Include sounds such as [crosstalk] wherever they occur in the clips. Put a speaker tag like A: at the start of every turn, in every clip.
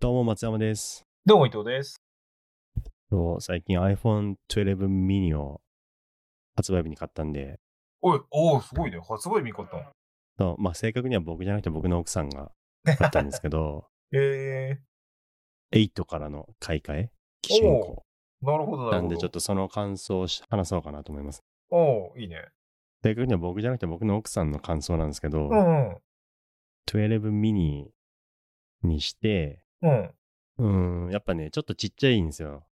A: どうも松山です。
B: どうも伊藤です。
A: そう最近 iPhone 12 mini を発売日に買ったんで、
B: おい、おお、すごいね。発売日買ったの。
A: そうまあ、正確には僕じゃなくて僕の奥さんが買ったんですけ
B: [laughs]
A: ど、
B: え
A: 8からの買い替え、機種変更
B: ー、なるほど、な
A: な
B: るほど。
A: んでちょっとその感想をし話そうかなと思います。
B: と。おお、いいね。
A: 正確には僕じゃなくて僕の奥さんの感想なんですけど、
B: うん、うん。
A: 12 mini にして、
B: うん。
A: うん、やっぱね、ちょっとちっちゃいんですよ。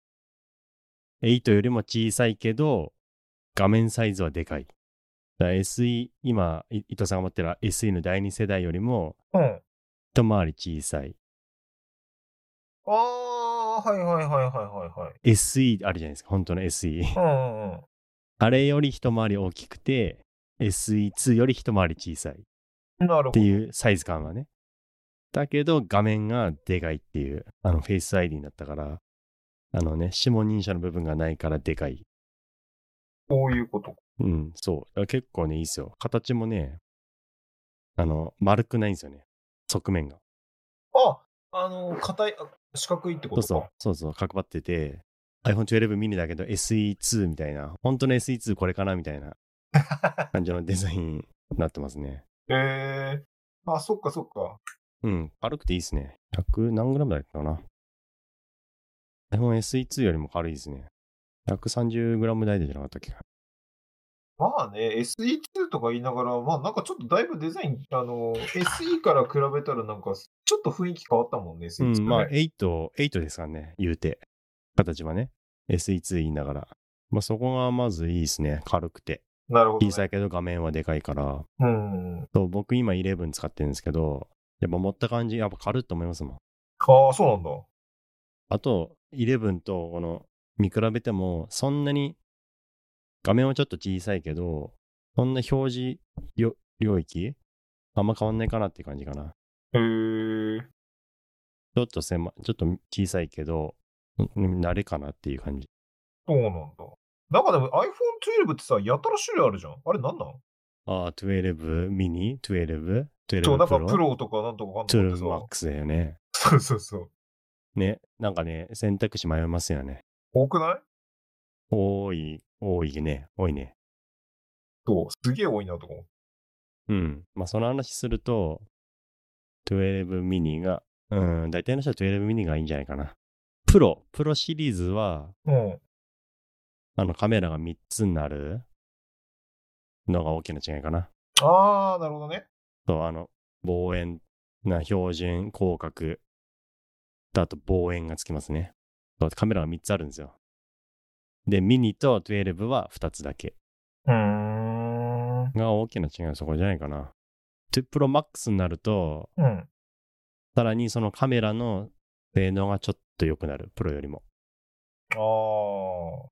A: 8よりも小さいけど、画面サイズはでかい。だから SE、今、い伊藤さんが持ってる SE の第2世代よりも、
B: うん。
A: 一回り小さい。
B: ああ、はいはいはいはいはいはい。
A: SE あるじゃないですか、本当の SE。
B: うんうんうん。
A: [laughs] あれより一回り大きくて、SE2 より一回り小さいっ
B: なるほ
A: て
B: ど。
A: いうサイズ感はね。だけど、画面がでかいっていう、あの、フェイス ID だったから、あのね、指紋認証の部分がないからでかい
B: こういうこと。
A: うん、そう。結構ね、いいですよ。形もね、あの、丸くないんですよね。側面が。
B: あ、あの、硬い、あ四角いってこ
A: そう
B: とか。
A: そう、そうそう、角張ってて、iPhone 12 mini だけど SE2 みたいな、本当の SE2 これかなみたい [laughs] な感じのデザインになってますね。
B: えー、あ、そっかそっか。
A: うん、軽くていいですね。100何グラムだったかな。iPhone SE2 よりも軽いですね。130グラム台でじゃなかったっけ
B: まあね、SE2 とか言いながら、まあなんかちょっとだいぶデザイン、あの、SE から比べたらなんか、ちょっと雰囲気変わったもんね、
A: う
B: SE2、ね。
A: ん、まあ、8、8ですからね、言うて。形はね。SE2 言いながら。まあ、そこがまずいいですね。軽くて。
B: なるほ
A: 小
B: ど、ね。
A: さいけど画面はでかいから。
B: うん。
A: そう僕今11使ってるんですけど、やっぱ持った感じ、やっぱ軽いと思いますもん。
B: ああ、そうなんだ。
A: あと、11とこの、見比べても、そんなに、画面はちょっと小さいけど、そんな表示領領域あんま変わんないかなって感じかな。
B: へえ。
A: ちょっと狭い、ちょっと小さいけど、うん慣れかなっていう感じ。
B: そうなんだ。なんかでも iPhone12 ってさ、やたら種類あるじゃん。あれなんなん
A: ああ、12ミニ、12、12
B: そう、なんかプ
A: プロ、
B: ロとかなんとかかんとかって
A: 12
B: さ
A: マックスだよね。
B: そうそうそう。
A: ね、なんかね、選択肢迷いますよね。
B: 多くない
A: 多い、多いね、多いね。
B: そう、すげえ多いなとか思う。
A: うん。まあ、その話すると、12ミニが、うん、大体の人は12ミニがいいんじゃないかな。プロ、プロシリーズは、
B: うん。
A: あのカメラが3つになるのが大きな違いかな。
B: ああ、なるほどね。
A: そう、あの、望遠な標準、広角だと望遠がつきますね。そうカメラが3つあるんですよ。で、ミニと12は2つだけ。
B: うーん。
A: が大きな違いはそこじゃないかな。2 Pro Max になると、
B: うん。
A: さらにそのカメラの性能がちょっと良くなる。プロよりも。
B: ああ。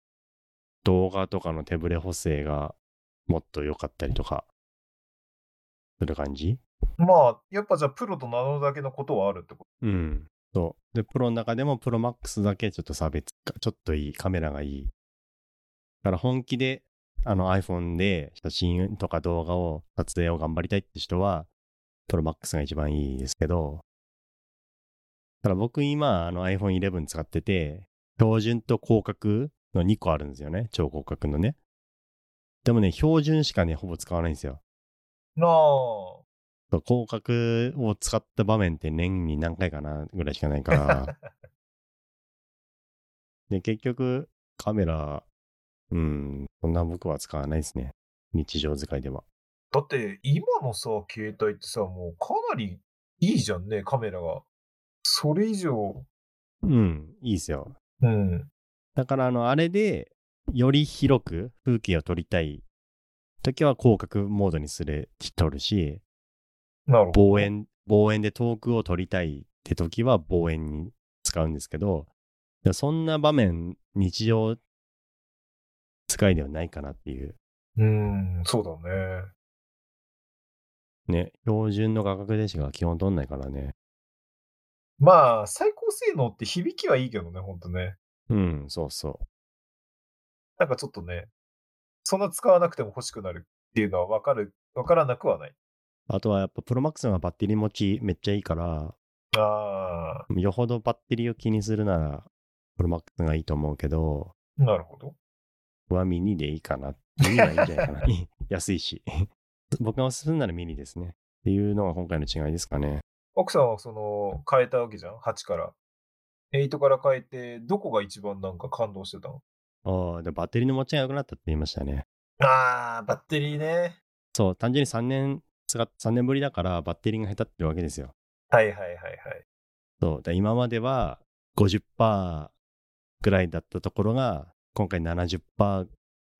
A: 動画とかの手ブレ補正がもっと良かったりとか、する感じ
B: まあ、やっぱじゃあプロと名乗るだけのことはあるってこ
A: うん。そう。で、プロの中でもプロマックスだけちょっと差別化、ちょっといい、カメラがいい。だから本気で、あの iPhone で写真とか動画を、撮影を頑張りたいって人は、プロマックスが一番いいですけど、ただ僕今、あの iPhone 11使ってて、標準と広角の2個あるんですよね。超広角のね。でもね、標準しかね、ほぼ使わないんですよ。
B: と。なあ。
A: そう広角を使った場面って年に何回かなぐらいしかないから。で、結局、カメラ、うん、そんな僕は使わないですね。日常使いでは。
B: だって、今のさ、携帯ってさ、もうかなりいいじゃんね、カメラが。それ以上。
A: うん、いいですよ。
B: うん。
A: だから、あの、あれで、より広く風景を撮りたい時は広角モードにする、撮るし、
B: なるほど。
A: 望遠、望遠で遠くを撮りたいって時は望遠に使うんですけど、でもそんな場面、日常使いではないかなっていう。
B: うーん、そうだね。
A: ね、標準の画角でしか基本撮んないからね。
B: まあ、最高性能って響きはいいけどね、ほんとね。
A: うん、そうそ
B: なんかちょっとね、そんな使わなくても欲しくなるっていうのはわかる、わからなくはない。
A: う。あとはやっぱプロマックスのバッテリー持ちめっちゃいいから、
B: あ
A: よほどバッテリーを気にするなら、プロマックスがいいと思うけど、
B: あ、なるほど。
A: はミニでいいかな。ミニはいいんじゃないか [laughs] な。安いし。僕がおすすめならミニですね。っていうのが今回の違いですかね。
B: 奥さんはその、変えたわけじゃん ?8 から。8から変えて、どこが一番なんか感動してたの
A: ああ、でもバッテリーの持ちが良くなったって言いましたね。
B: ああ、バッテリーね。
A: そう、単純に3年使っ、3年ぶりだからバッテリーが下手ってわけですよ。
B: はいはいはいはい。
A: そう、で今までは50%ぐらいだったところが、今回70%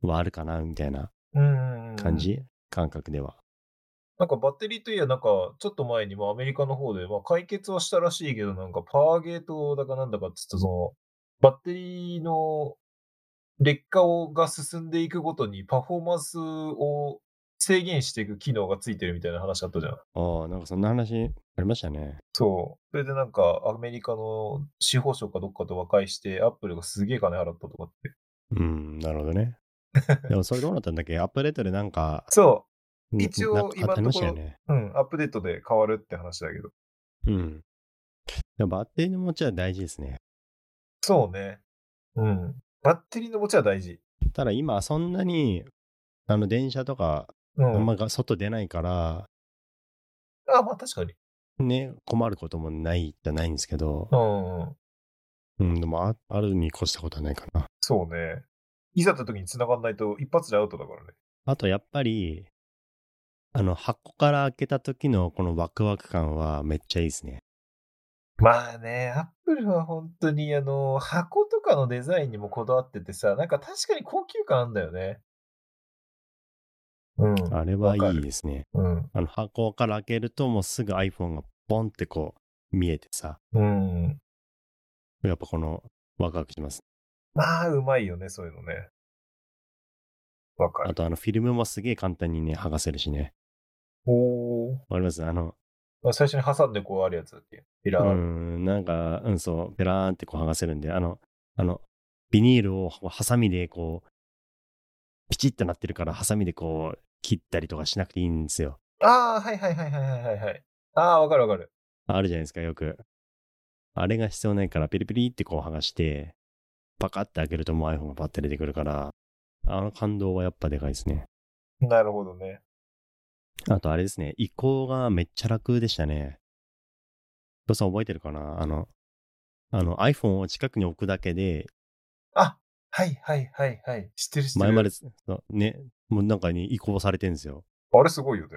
A: はあるかな、みたいな
B: うんうんうん。
A: 感じ、感覚では。
B: なんかバッテリーといえば、なんかちょっと前にもアメリカの方で、まあ、解決はしたらしいけど、なんかパワーゲートだかなんだかっつって、その、バッテリーの劣化をが進んでいくごとにパフォーマンスを制限していく機能がついてるみたいな話あったじゃん。
A: ああ、なんかそんな話ありましたね。
B: そう。それでなんかアメリカの司法省かどっかと和解して、アップルがすげえ金払ったとかって。
A: うん、なるほど
B: [laughs]
A: ね。でもそれどうなったんだっけアップデートでなんか、
B: そ
A: ん
B: 一応
A: なんか
B: 今
A: あり
B: の
A: ま
B: と
A: し
B: こ
A: たよ
B: ろ
A: ね。
B: う。うん、アップデートで変わるって話だけど。
A: うん。でもバッテリーの持ちは大事ですね。
B: そうね。うん。バッテリーの持ちは大事。
A: ただ今そんなに、あの電車とか、
B: う
A: あん
B: ん。
A: まが外出ないから、
B: あ、まあ確かに。
A: ね、困ることもないじゃないんですけど、
B: う
A: う
B: ん。
A: ん、でもああるに越したことはないかな。
B: そうね。いざって時に繋がんないと一発でアウトだからね。
A: あとやっぱり、あの箱から開けた時のこのワクワク感はめっちゃいいですね。
B: まあね、アップルは本当にあの、箱とかのデザインにもこだわっててさ、なんか確かに高級感あんだよね。うん。
A: あれはい
B: わか
A: い
B: る
A: ですね。
B: うん。
A: あの箱から開けるともうすぐ iPhone がポンってこう見えてさ、
B: うん。
A: やっぱこのワクワクします。
B: まあ、うまいよね、そういうのね。わか
A: あ
B: る。
A: とあのフィルムもすげえ簡単にね、剥がせるしね。
B: おー
A: わかりますあの、
B: あ最初に挟んでこうあるやつだっけピラ
A: う
B: ー。
A: ん、なんか、うん、そう、ペラーンってこう剥がせるんで、あの、あの、ビニールをハサミでこう、ピチッとなってるから、ハサミでこう、切ったりとかしなくていいんですよ。
B: ああ、はいはいはいはいはいはいはい。ああ、わかるわかる。
A: あるじゃないですか、よく。あれが必要ないから、ピリピリってこう剥がして、パカッて開けるともう iPhone がパッて出てくるから、あの感動はやっぱでかいですね。
B: なるほどね。
A: あとあれですね、移行がめっちゃ楽でしたね。どうさん覚えてるかなあの、あの iPhone を近くに置くだけで、
B: あ、はいはいはいはい。知ってる知ってる。
A: 前まで、そうね、もうなんかに移行されてんですよ。
B: あれすごいよね。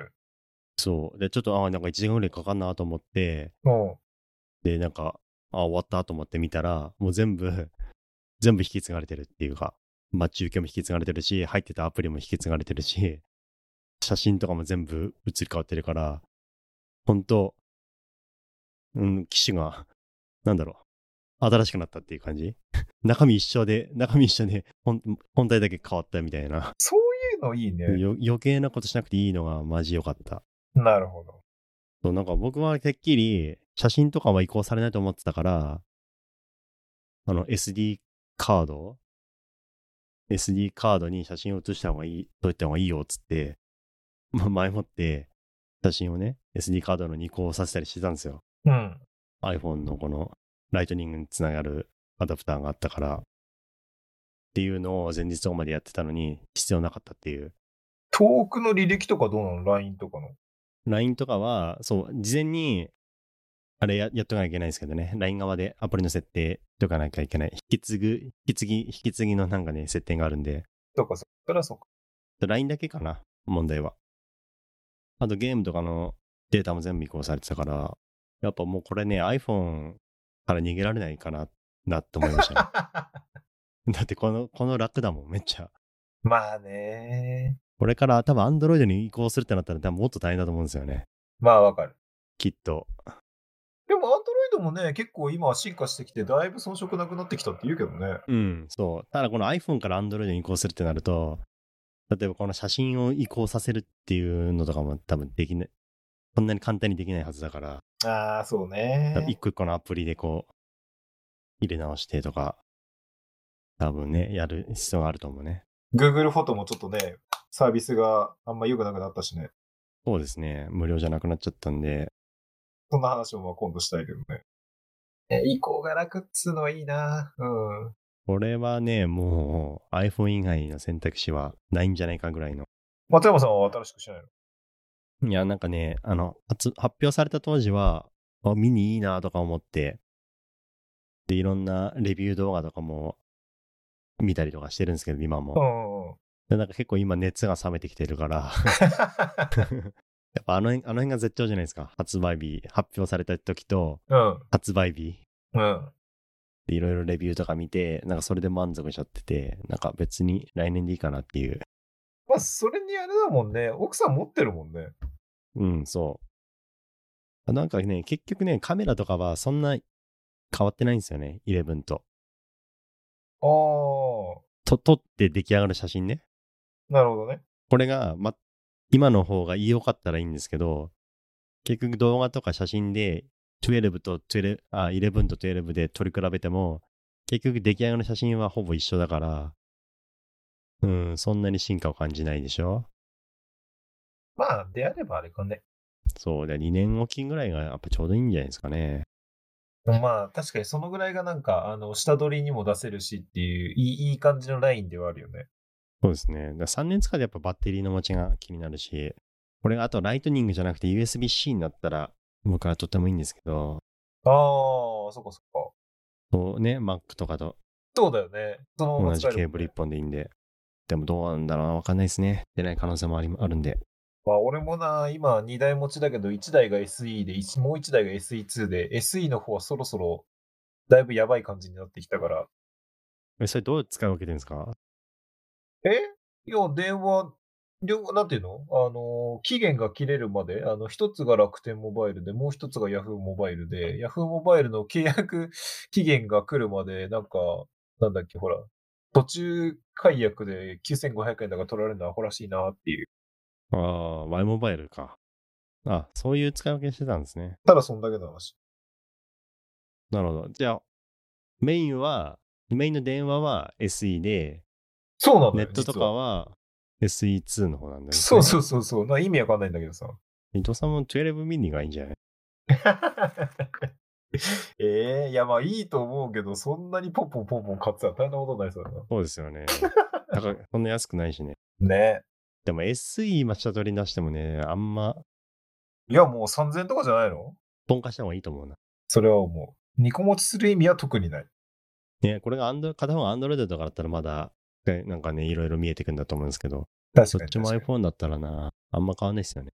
A: そう。で、ちょっと、ああ、なんか1時間ぐらいかかんなと思って、
B: うん。
A: で、なんか、あ終わったと思って見たら、もう全部、 [laughs] 全部引き継がれてるっていうか、待ち受けも引き継がれてるし、入ってたアプリも引き継がれてるし、写真とかも全部移り変わってるから、ほんと、うん、機種が、なんだろう、新しくなったっていう感じ [laughs] 中身一緒で、中身一緒で、ほん本体だけ変わったみたいな。
B: そういうのいいね。
A: よ余計なことしなくていいのがマジ良かった。
B: なるほど。
A: そうなんか僕はてっきり写真とかは移行されないと思ってたから、あの SD カード ?SD カードに写真を写した方がいい、撮った方がいいよっつって、ま、前もって写真をね、SD カードのに移行させたりしてたんですよ。
B: うん。
A: iPhone のこのライトニングにつながるアダプターがあったから、っていうのを前日とかまでやってたのに必要なかったっていう。
B: 遠くの履歴とかどうなの ?LINE とかの。
A: LINE とかは、そう、事前に、あれややっとかなきゃいけないんですけどね、LINE 側でアプリの設定とかなきゃいけない。引き継ぐ、引き継ぎ、引き継ぎのなんかね、設定があるんで、
B: とかそっからそっか。
A: LINE だけかな、問題は。あとゲームとかのデータも全部移行されてたから、やっぱもうこれね、iPhone から逃げられないかな、なって思いましたね。
B: [laughs]
A: だってこの、この楽だもん、めっちゃ。
B: まあね。
A: これから多分 Android に移行するってなったら多分もっと大変だと思うんですよね。
B: まあわかる。
A: きっと。
B: でも、アンドロイドもね、結構今は進化してきて、だいぶ遜色なくなってきたって言うけどね。
A: うん、そう。ただこの iPhone から Android に移行するってなると、例えばこの写真を移行させるっていうのとかも多分できない、そんなに簡単にできないはずだから、
B: ああ、そう
A: 多分一
B: ね。
A: 個一個のアプリでこう、入れ直してとか、多分ね、やる必要があると思うね。
B: Google フォトもちょっとね、サービスがあんま良くなくなったしね。
A: そうですね、無料じゃなくなっちゃったんで、
B: そんな話もまあ今度したいけどね。え、移行が楽っつうのはいいなうん。
A: これはね、もう iPhone 以外の選択肢はないんじゃないかぐらいの。
B: 松山さんは新しくしないの
A: いや、なんかね、あの、発発表された当時は、あ、ミニいいなとか思って、で、いろんなレビュー動画とかも見たりとかしてるんですけど、今
B: う
A: も。
B: んうんうん。
A: でなんか結構今熱が冷めてきてるから、 [laughs] やっぱあの辺、あの辺が絶頂じゃないですか。発売日、発表された時と、
B: うん。
A: 発売日。
B: うん。
A: でいろいろレビューとか見て、なんかそれで満足しちゃってて、なんか別に来年でいいかなっていう。
B: まあ、それにあれだもんね。奥さん持ってるもんね。
A: うん、そう。なんかね、結局ね、カメラとかはそんな変わってないんですよね、11と。
B: ああ、
A: と、撮って出来上がる写真ね。
B: なるほどね。
A: これが、ま、今の方が良かったらいいんですけど、結局動画とか写真で、12と12、あ、11と12で撮り比べても、結局出来上がる写真はほぼ一緒だから、うん、そんなに進化を感じないでしょ
B: まあ、であればあれかね。
A: そうだ、2年おきぐらいがやっぱちょうどいいんじゃないですかね。
B: まあ、確かにそのぐらいがなんか、あの、下取りにも出せるしっていう、いいいい感じのラインではあるよね。
A: そうですね。だ3年使うとやっぱバッテリーの持ちが気になるし、これがあとライトニングじゃなくて USB-C になったら、僕はとてもいいんですけど、
B: ああ、そっかそっか。
A: そうね、Mac とかと
B: そうだよね。そのま
A: 同
B: ま
A: じ
B: 使え
A: ケー
B: るもんね
A: ブル1本でいいんで。でもどうなんだろうな、わかんないですね。出ない可能性もありあるんで。
B: まあ、俺もな、今2台持ちだけど、1台が SE で、一もう1台が SE2 で、SE の方はそろそろ、だいぶやばい感じになってきたから。
A: え、それどう使い分けてるんですか
B: えいや、電話、両方なんていうのあの、期限が切れるまで、あの、一つが楽天モバイルで、もう一つが Yahoo モバイルで、Yahoo モバイルの契約 [laughs] 期限が来るまで、なんか、なんだっけ、ほら、途中解約で9500円だから取られるのはアホらしいなっていう。
A: ああ、Y モバイルか。あ、そういう使い分けしてたんですね。
B: ただそんだけの話。
A: なるほど。じゃあ、メインは、メインの電話は SE で、
B: そうなんだ
A: ネ
B: よ
A: ットと
B: 実
A: か
B: は
A: は SE2 の方なんだよね。
B: そうそうそうそう。な意味わかんないんだけど
A: [laughs]
B: さ。
A: 伊藤さんも12ミニがいいんじゃない
B: ええいやまあいいと思うけど、そんなにポンポンポンポン買ってたら大変なことになりそうだな。
A: そうですよ
B: [laughs]
A: ね。だから、そんな安くないしね。
B: ね
A: でも SE ま下取りに出してもね、あんま、
B: いやもう3000円とかじゃないの
A: ポン化した方がいいと思うな。
B: それは思う。2個持ちする意味は特にない。
A: ね、これがアンド片方が Android とかだったらまだ、ねなんかね、いろいろ見えてくんだと思うんですけど、
B: 確
A: そ
B: か
A: っ
B: に
A: ちも
B: 確かに
A: iPhone だったらな、あんま変わんないですよね。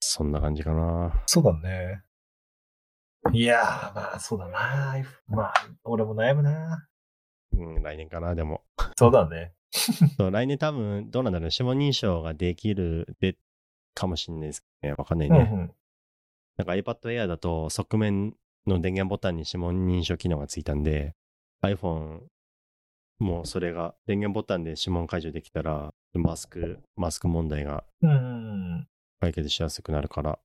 A: そんな感じかな。
B: そうだね。いやー、まあそうだな。iPhone まあ、俺も悩むな。
A: うん、来年かな、でも。 [laughs]
B: そうだね。
A: そう来年多分、どうなんだろう、指紋認証ができるで、かもしれないですけどね。わかんない
B: うんう
A: ね。
B: ん。
A: なんか iPad Air だと側面の電源ボタンに指紋認証機能がついたんで、iPhone もそれが電源ボタンで指紋解除できたら、マスク、マスク問題が
B: うんうんうん。
A: 解決しやすくなるから、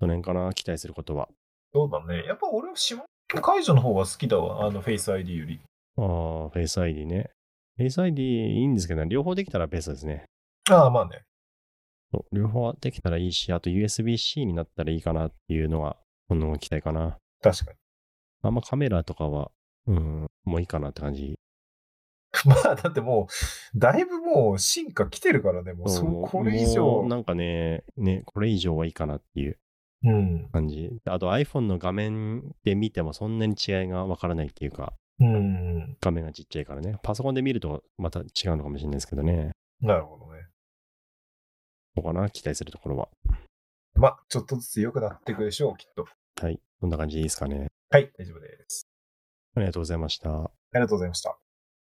A: その辺かな、期待することは。
B: そうだね。やっぱ俺は指紋解除の方が好きだわ。あの、フェイス ID より。
A: ああ、フェイス ID ね。フェイス ID いいんですけど、両方できたらベストですね。
B: ああ、まあね。
A: そう両方できたらいいし、あと USB-C になったらいいかなっていうのは、この期待かな。
B: 確かに。
A: あんまカメラとかは、うん、もういいかなって感じ
B: [laughs] まあ、だってもう、だいぶもう進化来てるからね、もう、
A: そう
B: そう
A: もう
B: これ以
A: も
B: 上
A: う。なんかね、ね、これ以上はいいかなっていう
B: うん。
A: 感じ。あと iPhone の画面で見てもそんなに違いがわからないっていうか、
B: うん。
A: 画面がちっちゃいからね。パソコンで見るとまた違うのかもしれないですけどね。
B: なるほどね。
A: そうかな、期待するところは。
B: まあ、ちょっとずつ良くなっていくでしょう、きっと。
A: はい。こんな感じでいいですかね。
B: はい、大丈夫です。
A: ありがとうございました。
B: ありがとうございました。